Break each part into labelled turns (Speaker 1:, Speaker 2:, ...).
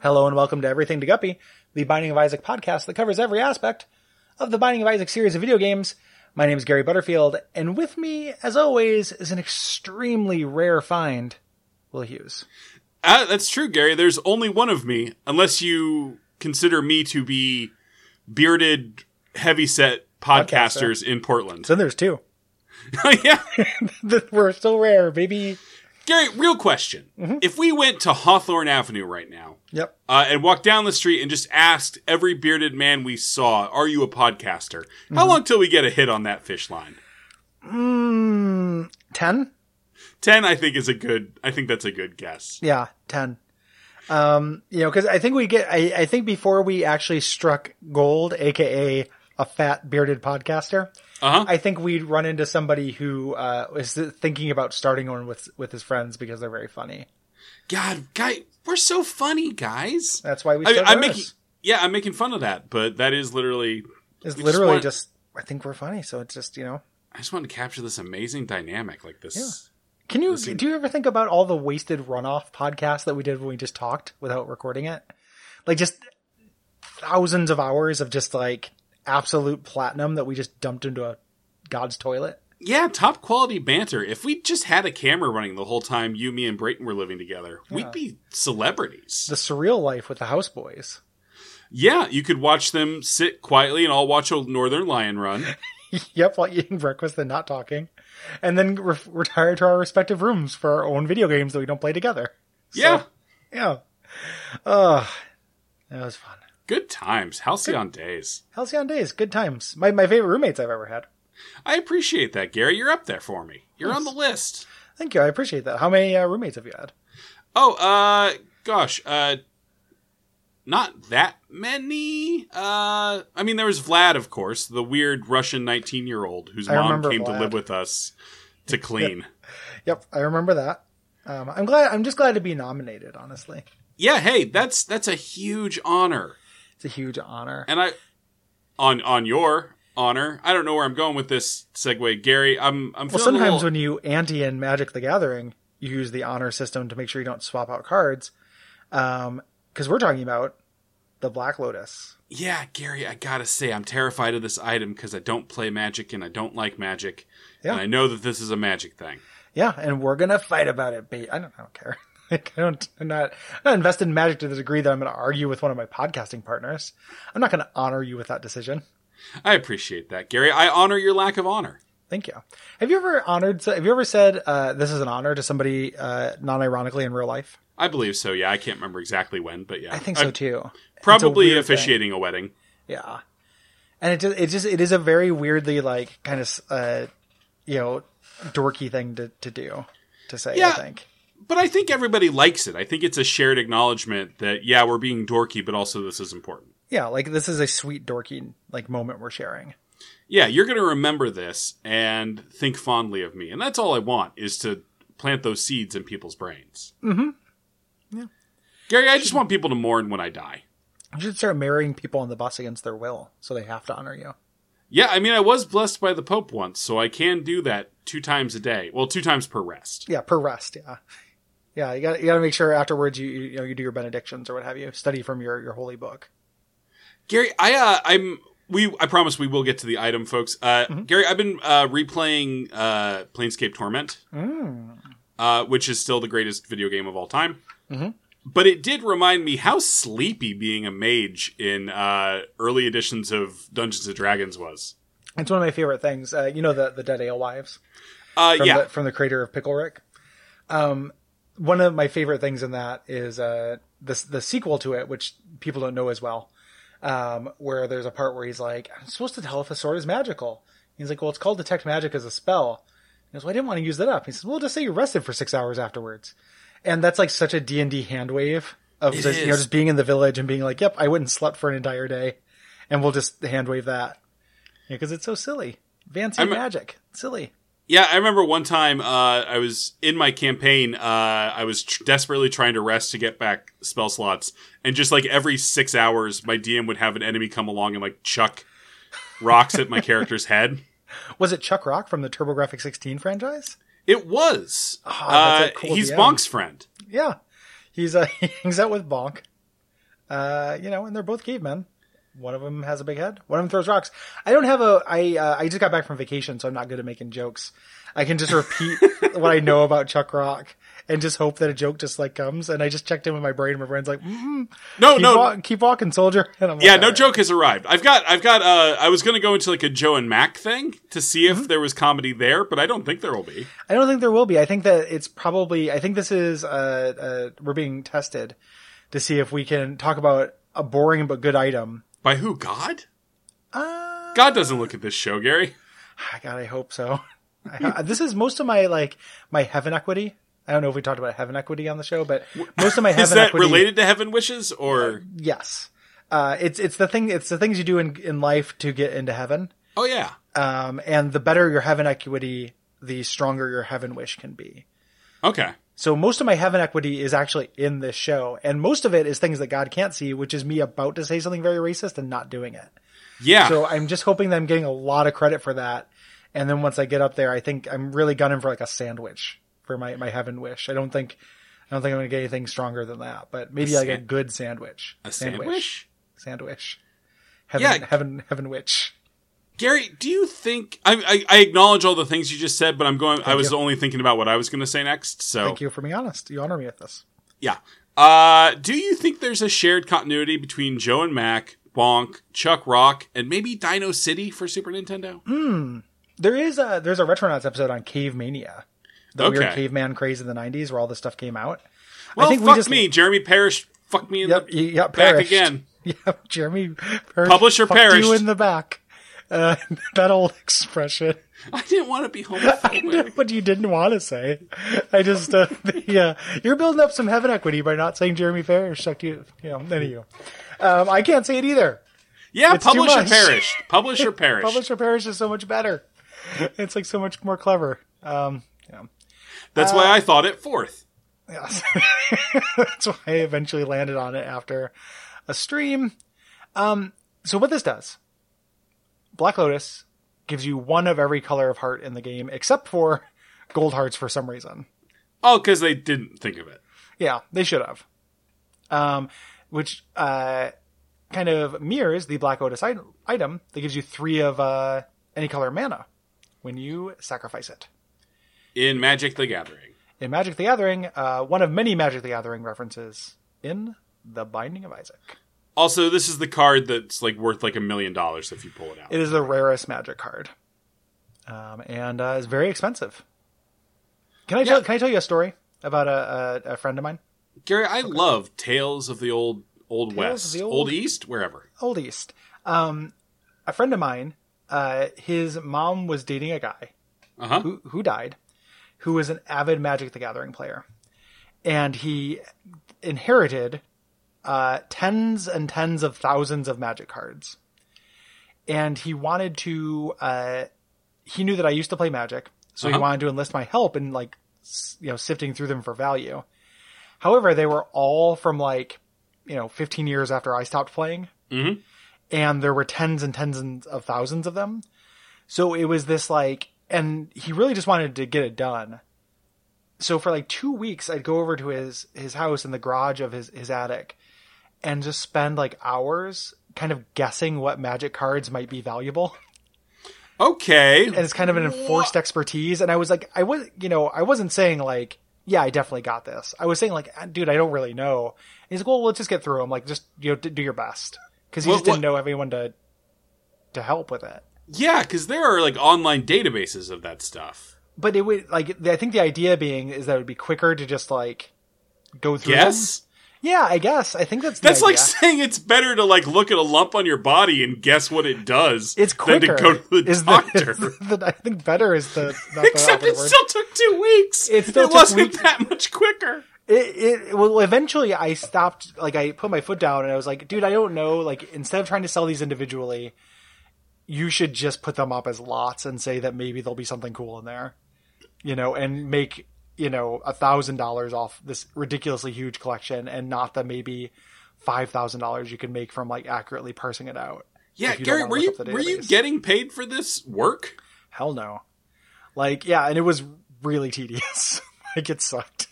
Speaker 1: Hello and welcome to Everything to Guppy, the Binding of Isaac podcast that covers every aspect of the Binding of Isaac series of video games. My name is Gary Butterfield, and with me, as always, is an extremely rare find, Will Hughes.
Speaker 2: Uh, that's true, Gary. There's only one of me, unless you consider me to be bearded, heavyset podcasters in Portland.
Speaker 1: So there's two.
Speaker 2: yeah.
Speaker 1: That We're so rare, baby.
Speaker 2: Gary, real question. If we went to Hawthorne Avenue right now
Speaker 1: Yep.
Speaker 2: uh, and walked down the street and just asked every bearded man we saw, Are you a podcaster? How long till we get a hit on that fish line?
Speaker 1: Hmm, Ten?
Speaker 2: 10, I think, is a good, I think that's a good guess.
Speaker 1: Yeah, ten. Um, you know, because I think we get. I, I think before we actually struck gold, aka a fat bearded podcaster,
Speaker 2: Uh huh.
Speaker 1: I think we'd run into somebody who uh, is thinking about starting one with with his friends because they're very funny.
Speaker 2: God, guy, we're so funny, guys.
Speaker 1: That's why Uh, we.
Speaker 2: I,
Speaker 1: started
Speaker 2: I'm
Speaker 1: ours,
Speaker 2: making, yeah, I'm making fun of that, but that is literally
Speaker 1: Is
Speaker 2: we just
Speaker 1: literally
Speaker 2: want-
Speaker 1: just. I think we're funny, so it's just you know.
Speaker 2: I just wanted to capture this amazing dynamic, like this.
Speaker 1: Can you do you ever think about all the wasted runoff podcasts that we did when we just talked without recording it? Like just thousands of hours of just like absolute platinum that we just dumped into a god's toilet.
Speaker 2: Yeah, top quality banter. If we just had a camera running the whole time you, me, and Brayton were living together, we'd be celebrities.
Speaker 1: The surreal life with the houseboys.
Speaker 2: yeah, you could watch them sit quietly and I'll watch a Northern Lion run.
Speaker 1: Yep, while eating breakfast and not talking, and then re- retire to our respective rooms for our own video games that we don't play together.
Speaker 2: yeah.
Speaker 1: Yeah. Ugh. That was fun.
Speaker 2: Good times. Halcyon days.
Speaker 1: Halcyon days, good times. My my favorite roommates I've ever had.
Speaker 2: I appreciate that, Gary. You're up there for me. You're on the list.
Speaker 1: Thank you. I appreciate that. How many uh, roommates have you had?
Speaker 2: Oh, uh, gosh, uh, not that many. Uh, I mean, there was Vlad, of course, the weird Russian 19 year old whose
Speaker 1: I
Speaker 2: mom
Speaker 1: remember
Speaker 2: came to
Speaker 1: Vlad.
Speaker 2: live with us to clean.
Speaker 1: Yep, I remember that. Um, I'm glad. I'm just glad to be nominated. Honestly,
Speaker 2: yeah, hey, that's that's a huge honor,
Speaker 1: it's a huge honor.
Speaker 2: and I on on your honor. I don't know where I'm going with this segue, Gary. I'm I'm
Speaker 1: well,
Speaker 2: feeling a
Speaker 1: sometimes
Speaker 2: little-
Speaker 1: when you ante in Magic: The Gathering, you use the honor system to make sure you don't swap out cards. Um, because we're talking about the Black Lotus.
Speaker 2: yeah, Gary, I gotta say I'm terrified of this item because I don't play magic and I don't like magic,
Speaker 1: Yeah.
Speaker 2: and I know that this is a magic thing.
Speaker 1: Yeah, and we're gonna fight about it. But I don't, I don't care. like, I don't. I'm not. I'm not invested in Magic to the degree that I'm going to argue with one of my podcasting partners. I'm not going to honor you with that decision.
Speaker 2: I appreciate that, Gary. I honor your lack of honor.
Speaker 1: Thank you. Have you ever honored? Have you ever said uh, this is an honor to somebody uh, non-ironically in real life?
Speaker 2: I believe so. Yeah, I can't remember exactly when, but yeah,
Speaker 1: I think so
Speaker 2: I'm
Speaker 1: too. It's a
Speaker 2: Probably
Speaker 1: weird
Speaker 2: officiating a wedding.
Speaker 1: thing. Yeah, and it just, it just it is a very weirdly like kind of uh, you know dorky thing to to do to say. I
Speaker 2: Yeah.
Speaker 1: think.
Speaker 2: But I think everybody likes it. I think it's a shared acknowledgement that yeah, we're being dorky, but also this is important.
Speaker 1: Yeah, like this is a sweet dorky like moment we're sharing.
Speaker 2: Yeah, you're going to remember this and think fondly of me. And that's all I want is to plant those seeds in people's brains. Mhm. Yeah.
Speaker 1: Mm-hmm.
Speaker 2: Gary, I just want people to mourn when I die.
Speaker 1: You should start marrying people on the bus against their will, so they have to honor you.
Speaker 2: Yeah, I mean, I was blessed by the Pope once, so I can do that two times a day. Well, two times per rest.
Speaker 1: Yeah, per rest. Yeah, yeah. You got you got to make sure afterwards you you you know you do your benedictions or what have you. Study from your your holy book.
Speaker 2: Gary, I uh, I'm we I promise we will get to the item, folks. Uh,
Speaker 1: Mm-hmm.
Speaker 2: Gary, I've been uh, replaying uh, Planescape Torment, uh, which is still the greatest video game of all time.
Speaker 1: Mm-hmm.
Speaker 2: But it did remind me how sleepy being a mage in uh, early editions of Dungeons and Dragons was.
Speaker 1: It's one of my favorite things. Uh, you know the the Dead Alewives.
Speaker 2: Uh,
Speaker 1: from
Speaker 2: yeah,
Speaker 1: the, from the creator of Pickle Rick. Um, one of my favorite things in that is uh, the the sequel to it, which people don't know as well. Um, where there's a part where he's like, "I'm supposed to tell if a sword is magical." He's like, "Well, it's called detect magic as a spell." He goes, "Well, I didn't want to use that up." He says, "Well, just say you rested for six hours afterwards," and that's like such a D and D hand wave of just, you know
Speaker 2: is.
Speaker 1: just being in the village and being like, "Yep, I went and slept for an entire day," and we'll just hand wave that because it's so silly, fancy
Speaker 2: I'm a-
Speaker 1: magic, silly.
Speaker 2: yeah. I remember one time uh, I was in my campaign. Uh, I was tr- desperately trying to rest to get back spell slots, and just like every six hours, my DM would have an enemy come along and like chuck rocks at my character's head.
Speaker 1: Was it Chuck Rock from the TurboGrafx 16 franchise?
Speaker 2: It was.
Speaker 1: Ah, that's a
Speaker 2: Uh,
Speaker 1: cool
Speaker 2: he's
Speaker 1: DM.
Speaker 2: Bonk's friend.
Speaker 1: Yeah. He's uh, he hangs out with Bonk. Uh, you know, and they're both cavemen. One of them has a big head. One of them throws rocks. I don't have a. I uh, I just got back from vacation, so I'm not good at making jokes. I can just repeat what I know about Chuck Rock and just hope that a joke just like comes. And I just checked in with my brain, and my brain's like, mm-hmm,
Speaker 2: No,
Speaker 1: keep,
Speaker 2: no,
Speaker 1: walk- keep walking, soldier. And I'm like,
Speaker 2: yeah,
Speaker 1: "All
Speaker 2: no
Speaker 1: right."
Speaker 2: joke has arrived. I've got, I've got. Uh, I was gonna go into like a Joe and Mac thing to see
Speaker 1: Mm-hmm.
Speaker 2: if there was comedy there, but I don't think there will be.
Speaker 1: I don't think there will be. I think that it's probably. I think this is. Uh, uh, we're being tested to see if we can talk about a boring but good item.
Speaker 2: By who? God?
Speaker 1: Uh,
Speaker 2: God doesn't look at this show, Gary.
Speaker 1: Ah, God, I hope so. I, this is most of my like my heaven equity. I don't know if we talked about heaven equity on the show, but most of my heaven
Speaker 2: Is that
Speaker 1: equity.
Speaker 2: related to Heaven Wishes or?
Speaker 1: Yes, uh, it's it's the thing. It's the things you do in in life to get into heaven.
Speaker 2: Oh yeah.
Speaker 1: Um, and the better your heaven equity, the stronger your heaven wish can be.
Speaker 2: Okay.
Speaker 1: So most of my heaven equity is actually in this show, and most of it is things that God can't see, which is me about to say something very racist and not doing it.
Speaker 2: Yeah.
Speaker 1: So I'm just hoping that I'm getting a lot of credit for that. And then once I get up there, I think I'm really gunning for like a sandwich for my, my heaven wish. I don't think I don't think I'm gonna get anything stronger than that, but maybe
Speaker 2: A
Speaker 1: like a
Speaker 2: san-
Speaker 1: good sandwich.
Speaker 2: a sandwich.
Speaker 1: Sandwich. Heaven
Speaker 2: Yeah.
Speaker 1: heaven heaven witch.
Speaker 2: Gary, do you think I, I? I acknowledge all the things you just said, but I'm going. I was only thinking about what I was going to say next. So
Speaker 1: Thank you for being honest. You honor me with this.
Speaker 2: yeah. Uh, do you think there's a shared continuity between Joe and Mac, Bonk, Chuck Rock, and maybe Dino City for Super Nintendo?
Speaker 1: Hmm. There is a there's a Retronauts episode on Cave Mania. The weird
Speaker 2: Okay.
Speaker 1: caveman craze in the nineties where all this stuff came out.
Speaker 2: Well,
Speaker 1: I think
Speaker 2: fuck
Speaker 1: we just
Speaker 2: me, Jeremy Parrish. Fuck me in
Speaker 1: Yep,
Speaker 2: the
Speaker 1: you got
Speaker 2: back
Speaker 1: perished.
Speaker 2: again.
Speaker 1: Yep, Jeremy perished,
Speaker 2: Publisher
Speaker 1: fucked
Speaker 2: perished.
Speaker 1: you in the back. Uh, that old expression.
Speaker 2: I didn't want to be homophobic.
Speaker 1: what you didn't want to say. I just, uh, yeah, you're building up some heaven equity by not saying Jeremy Parrish sucked you, you know, any of you. Um, I can't say it either.
Speaker 2: yeah,
Speaker 1: too
Speaker 2: publisher
Speaker 1: much.
Speaker 2: Parrish. Publisher Parrish.
Speaker 1: Publisher Parrish is so much better. It's like so much more clever. Um, yeah.
Speaker 2: That's
Speaker 1: uh,
Speaker 2: why I thought it fourth.
Speaker 1: Yes. That's why I eventually landed on it after a stream. Um, so what this does, Black Lotus gives you one of every color of heart in the game, except for gold hearts for some reason.
Speaker 2: Oh, because they didn't think of it.
Speaker 1: Yeah, they should have. Um, which uh, kind of mirrors the Black Lotus item, item that gives you three of uh, any color mana when you sacrifice it.
Speaker 2: in Magic the Gathering.
Speaker 1: In Magic the Gathering, uh, one of many Magic the Gathering references in The Binding of Isaac.
Speaker 2: Also, this is the card that's like worth like a million dollars if you pull it out.
Speaker 1: It is the rarest magic card, um, and uh, it's very expensive. Can I tell? Can I tell you a story about a, a, a friend of mine,
Speaker 2: Gary, I love Tales of the Old Old West,
Speaker 1: the
Speaker 2: old...
Speaker 1: Old-
Speaker 2: East, wherever.
Speaker 1: Old East? Um, a friend of mine, uh, his mom was dating a guy
Speaker 2: Uh huh.
Speaker 1: who, who died, who was an avid Magic the Gathering player, and he inherited uh, tens and tens of thousands of Magic cards, and he wanted to. Uh, he knew that I used to play Magic, so
Speaker 2: Uh-huh.
Speaker 1: he wanted to enlist my help in like s- you know sifting through them for value. However, they were all from like you know 15 years after I stopped playing.
Speaker 2: Mhm.
Speaker 1: And there were tens and tens and- of thousands of them. So it was this like, and he really just wanted to get it done. So for like two weeks, I'd go over to his his house in the garage of his his attic, and just spend like hours kind of guessing what magic cards might be valuable.
Speaker 2: Okay.
Speaker 1: And it's kind of an enforced expertise. And I was like, I was, you know, I wasn't saying like, yeah, I definitely got this. I was saying like, "Ah, dude, I don't really know. And he's like, well, let's just get through them. Like, just you know, d- do your best because he
Speaker 2: Well,
Speaker 1: just didn't
Speaker 2: what-
Speaker 1: know everyone to to help with it.
Speaker 2: Yeah, because there are like online databases of that stuff.
Speaker 1: but it would like I think the idea being is that it would be quicker to just like go through.
Speaker 2: Guess?
Speaker 1: them. Yeah, I guess. I think that's the
Speaker 2: That's like
Speaker 1: idea.
Speaker 2: saying it's better to like look at a lump on your body and guess what it does
Speaker 1: it's quicker.
Speaker 2: than to go to the
Speaker 1: is the-
Speaker 2: doctor.
Speaker 1: is the- I think better is the not the
Speaker 2: Except
Speaker 1: operative
Speaker 2: it
Speaker 1: word.
Speaker 2: still took two weeks.
Speaker 1: It still took
Speaker 2: wasn't
Speaker 1: weeks.
Speaker 2: that much quicker.
Speaker 1: it, it well eventually I stopped like I put my foot down and I was like, dude, I don't know. Like instead of trying to sell these individually, you should just put them up as lots and say that maybe there'll be something cool in there, you know, and make you know a thousand dollars off this ridiculously huge collection and not the maybe five thousand dollars you can make from like accurately parsing it out.
Speaker 2: Yeah,
Speaker 1: If you don't
Speaker 2: Gary,
Speaker 1: wanna
Speaker 2: were
Speaker 1: look
Speaker 2: you
Speaker 1: up the
Speaker 2: were you
Speaker 1: database.
Speaker 2: getting paid for this work?
Speaker 1: Hell no. Like yeah, and it was really tedious. like it sucked.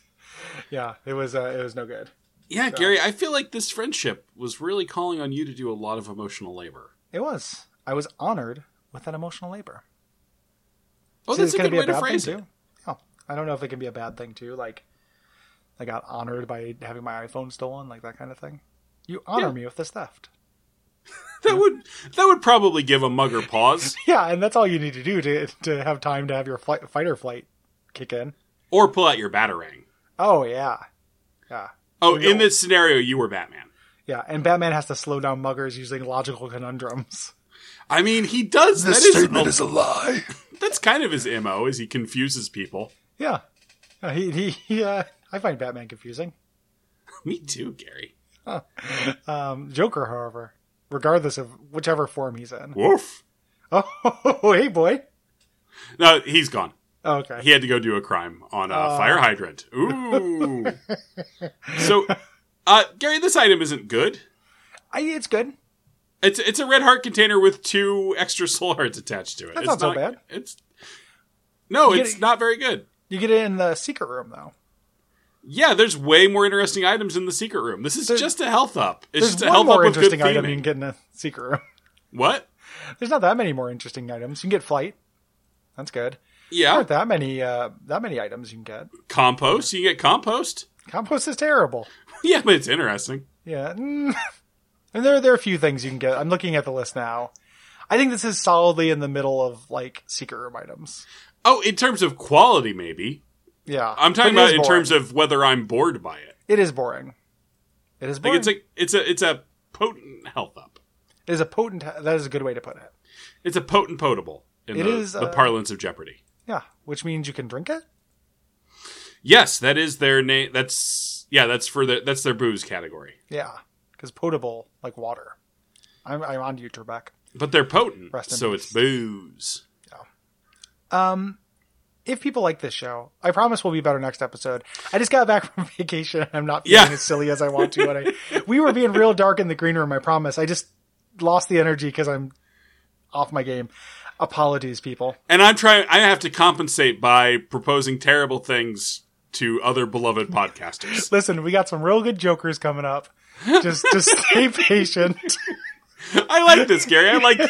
Speaker 1: Yeah, it was uh, it was no good.
Speaker 2: Yeah, Gary, I feel like this friendship was really calling on you to do a lot of emotional labor.
Speaker 1: It was. I was honored with that emotional labor.
Speaker 2: Oh,
Speaker 1: See, it's
Speaker 2: that's a
Speaker 1: gonna
Speaker 2: good
Speaker 1: bad
Speaker 2: way to
Speaker 1: thing,
Speaker 2: phrase it.
Speaker 1: too. Yeah. I don't know if it can be a bad thing too. Like, I got honored by having my iPhone stolen, like that kind of thing. You honor
Speaker 2: Yeah.
Speaker 1: me with this theft.
Speaker 2: That would that would probably give a mugger pause
Speaker 1: Yeah, and that's all you need to do to to have time to have your flight, fight or flight kick in.
Speaker 2: or pull out your batarang.
Speaker 1: Oh yeah, yeah,
Speaker 2: Oh,
Speaker 1: Yeah.
Speaker 2: in this scenario, you were Batman.
Speaker 1: yeah. And Batman has to slow down muggers using logical conundrums.
Speaker 2: I mean, he does. That is a-
Speaker 1: a lie.
Speaker 2: that's kind of his mo. Is he confuses people?
Speaker 1: Yeah, Uh, he he. he uh, I find Batman confusing.
Speaker 2: Me too, Gary.
Speaker 1: Um, Joker, however, regardless of whichever form he's in.
Speaker 2: Woof.
Speaker 1: Oh, hey boy.
Speaker 2: No, he's gone.
Speaker 1: Okay.
Speaker 2: He had to go do a crime on a
Speaker 1: Oh.
Speaker 2: fire hydrant. Ooh. so, uh, Gary, this item isn't good.
Speaker 1: I, it's good.
Speaker 2: It's it's a red heart container with two extra soul hearts attached to it.
Speaker 1: That's not
Speaker 2: it's
Speaker 1: so bad.
Speaker 2: It's no,
Speaker 1: You get
Speaker 2: it's
Speaker 1: it-
Speaker 2: not very good.
Speaker 1: You get it in the secret room though.
Speaker 2: Yeah, there's way more interesting items in the secret room. This is
Speaker 1: There-
Speaker 2: just a health up. It's
Speaker 1: There's
Speaker 2: just a
Speaker 1: one
Speaker 2: health up
Speaker 1: more
Speaker 2: with good
Speaker 1: interesting item you can
Speaker 2: theming.
Speaker 1: get in the secret room.
Speaker 2: What?
Speaker 1: There's not that many more interesting items. You can get flight. That's good. There
Speaker 2: Yeah,
Speaker 1: aren't that many uh, that many items you can get.
Speaker 2: compost. You get compost.
Speaker 1: Compost is terrible.
Speaker 2: Yeah, but it's interesting.
Speaker 1: Yeah. mm. And there there are a few things you can get. I'm looking at the list now. I think this is solidly in the middle of like secret room items.
Speaker 2: Oh, in terms of quality, maybe.
Speaker 1: Yeah.
Speaker 2: I'm talking
Speaker 1: But it
Speaker 2: about
Speaker 1: is
Speaker 2: in
Speaker 1: boring.
Speaker 2: terms of whether I'm bored by it.
Speaker 1: it is boring. It is
Speaker 2: Like
Speaker 1: boring.
Speaker 2: it's a it's a it's a potent health up.
Speaker 1: it is a potent that is a good way to put it.
Speaker 2: It's a potent potable in
Speaker 1: It
Speaker 2: the,
Speaker 1: is,
Speaker 2: the
Speaker 1: uh,
Speaker 2: parlance of Jeopardy.
Speaker 1: Yeah. Which means you can drink it?
Speaker 2: Yes, that is their name. That's yeah, that's for the that's their booze category.
Speaker 1: Yeah, because potable like water. I'm I'm on to you, Trebek.
Speaker 2: But they're potent,
Speaker 1: Rest in
Speaker 2: so
Speaker 1: peace.
Speaker 2: it's booze.
Speaker 1: Um, if people like this show, I promise we'll be better next episode. I just got back from vacation. and I'm not feeling
Speaker 2: Yeah.
Speaker 1: as silly as I want to. And I we were being real dark in the green room. I promise. I just lost the energy because I'm off my game. Apologies, people.
Speaker 2: And I'm trying. I have to compensate by proposing terrible things to other beloved podcasters.
Speaker 1: Listen, we got some real good jokers coming up. Just just stay patient.
Speaker 2: I like this, Gary. I like.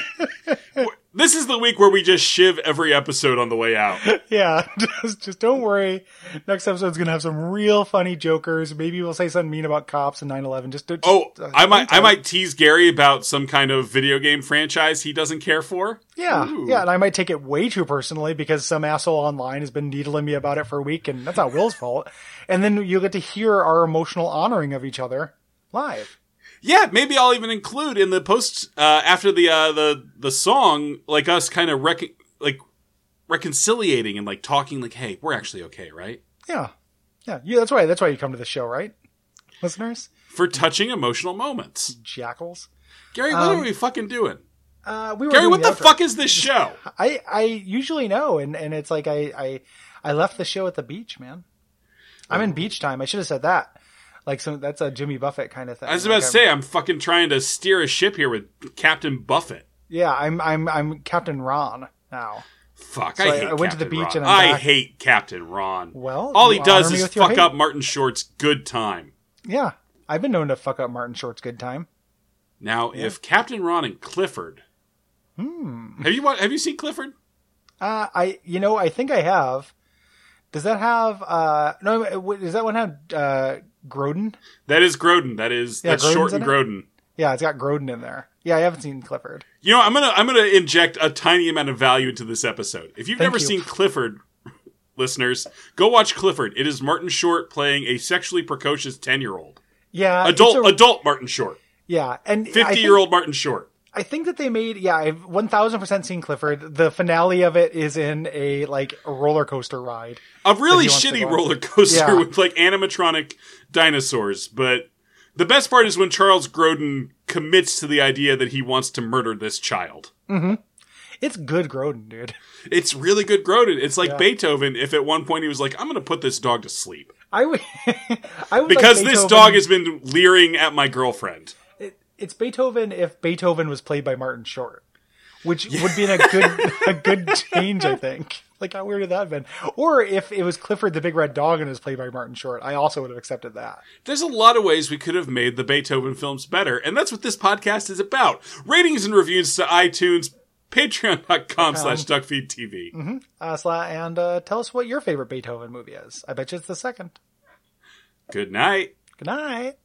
Speaker 2: This is the week where we just shiv every episode on the way out.
Speaker 1: Yeah, just just don't worry. Next episode's gonna have some real funny jokers. Maybe we'll say something mean about cops and 9-11. Just, just
Speaker 2: Oh,
Speaker 1: uh,
Speaker 2: I might, I
Speaker 1: sometime.
Speaker 2: might tease Gary about some kind of video game franchise he doesn't care for.
Speaker 1: yeah,
Speaker 2: Ooh.
Speaker 1: yeah, and I might take it way too personally because some asshole online has been needling me about it for a week, and that's not Will's fault. And then you'll get to hear our emotional honoring of each other live.
Speaker 2: Yeah, maybe I'll even include in the post uh, after the uh, the the song, like us kind of rec- like reconciliating and like talking, like, hey, we're actually okay, right?
Speaker 1: Yeah, yeah, yeah. That's why that's why you come to the show, right, listeners?
Speaker 2: For touching emotional moments,
Speaker 1: Jackals.
Speaker 2: Gary, what
Speaker 1: Um,
Speaker 2: are we fucking doing?
Speaker 1: Uh, we were
Speaker 2: Gary,
Speaker 1: doing
Speaker 2: what the
Speaker 1: outro.
Speaker 2: fuck is this show?
Speaker 1: I I usually know, and and it's like I I I left the show at the beach, man. I'm
Speaker 2: Oh.
Speaker 1: in beach time. I should have said that. Like so, that's a Jimmy Buffett kind of thing.
Speaker 2: I was about
Speaker 1: Like,
Speaker 2: to
Speaker 1: I'm-
Speaker 2: say, I'm fucking trying to steer a ship here with Captain Buffett.
Speaker 1: yeah, I'm I'm I'm Captain Ron now.
Speaker 2: Fuck,
Speaker 1: So
Speaker 2: I
Speaker 1: I-
Speaker 2: hate
Speaker 1: I went to the
Speaker 2: Captain
Speaker 1: beach
Speaker 2: Ron.
Speaker 1: and I'm
Speaker 2: I
Speaker 1: back.
Speaker 2: hate Captain Ron.
Speaker 1: Well,
Speaker 2: all
Speaker 1: you
Speaker 2: he does
Speaker 1: honor me
Speaker 2: is
Speaker 1: with your
Speaker 2: fuck
Speaker 1: hate.
Speaker 2: up Martin Short's good time.
Speaker 1: Yeah, I've been known to fuck up Martin Short's good time.
Speaker 2: Now, if Captain Ron and Clifford, have you wa- have you seen Clifford?
Speaker 1: Hmm. Uh, I you know I think I have. Does that have uh no? w- Does that one have uh Groden?
Speaker 2: That is Groden. That is
Speaker 1: Yeah,
Speaker 2: that's
Speaker 1: Groden's
Speaker 2: short
Speaker 1: in
Speaker 2: and
Speaker 1: it?
Speaker 2: Groden.
Speaker 1: Yeah, it's got Groden in there. Yeah, I haven't seen Clifford.
Speaker 2: You know, I'm gonna I'm gonna inject a tiny amount of value into this episode. If you've
Speaker 1: Thank
Speaker 2: never
Speaker 1: you.
Speaker 2: seen Clifford, listeners, go watch Clifford. It is Martin Short playing a sexually precocious ten year old
Speaker 1: Yeah, Uh, it's
Speaker 2: adult
Speaker 1: a-
Speaker 2: adult Martin Short,
Speaker 1: yeah, and I
Speaker 2: fifty
Speaker 1: think-
Speaker 2: year old Martin Short.
Speaker 1: I think that they made yeah, I've one thousand percent seen Clifford. The finale of it is in a like a roller coaster ride.
Speaker 2: A really
Speaker 1: he wants to
Speaker 2: shitty
Speaker 1: go on.
Speaker 2: roller coaster
Speaker 1: Yeah.
Speaker 2: with like animatronic dinosaurs. But the best part is when Charles Grodin commits to the idea that he wants to murder this child.
Speaker 1: It's good Groden, dude.
Speaker 2: It's really good Grodin. It's like Beethoven if at one point he was like, I'm gonna put this dog to sleep.
Speaker 1: I would I would
Speaker 2: Because
Speaker 1: like
Speaker 2: this
Speaker 1: Beethoven-
Speaker 2: dog has been leering at my girlfriend.
Speaker 1: it, it's Beethoven if Beethoven was played by Martin Short. which would be a good a good change, I think. Like how weird would that have been? Or if it was Clifford the Big Red Dog and it was played by Martin Short, I also would have accepted that.
Speaker 2: There's a lot of ways we could have made the Beethoven films better, and that's what this podcast is about. Ratings and reviews to iTunes, patreon.com slash duckfeedtv.
Speaker 1: Uh, Sla, and uh, tell us what your favorite Beethoven movie is. I bet you it's the second.
Speaker 2: Good night.
Speaker 1: Good night.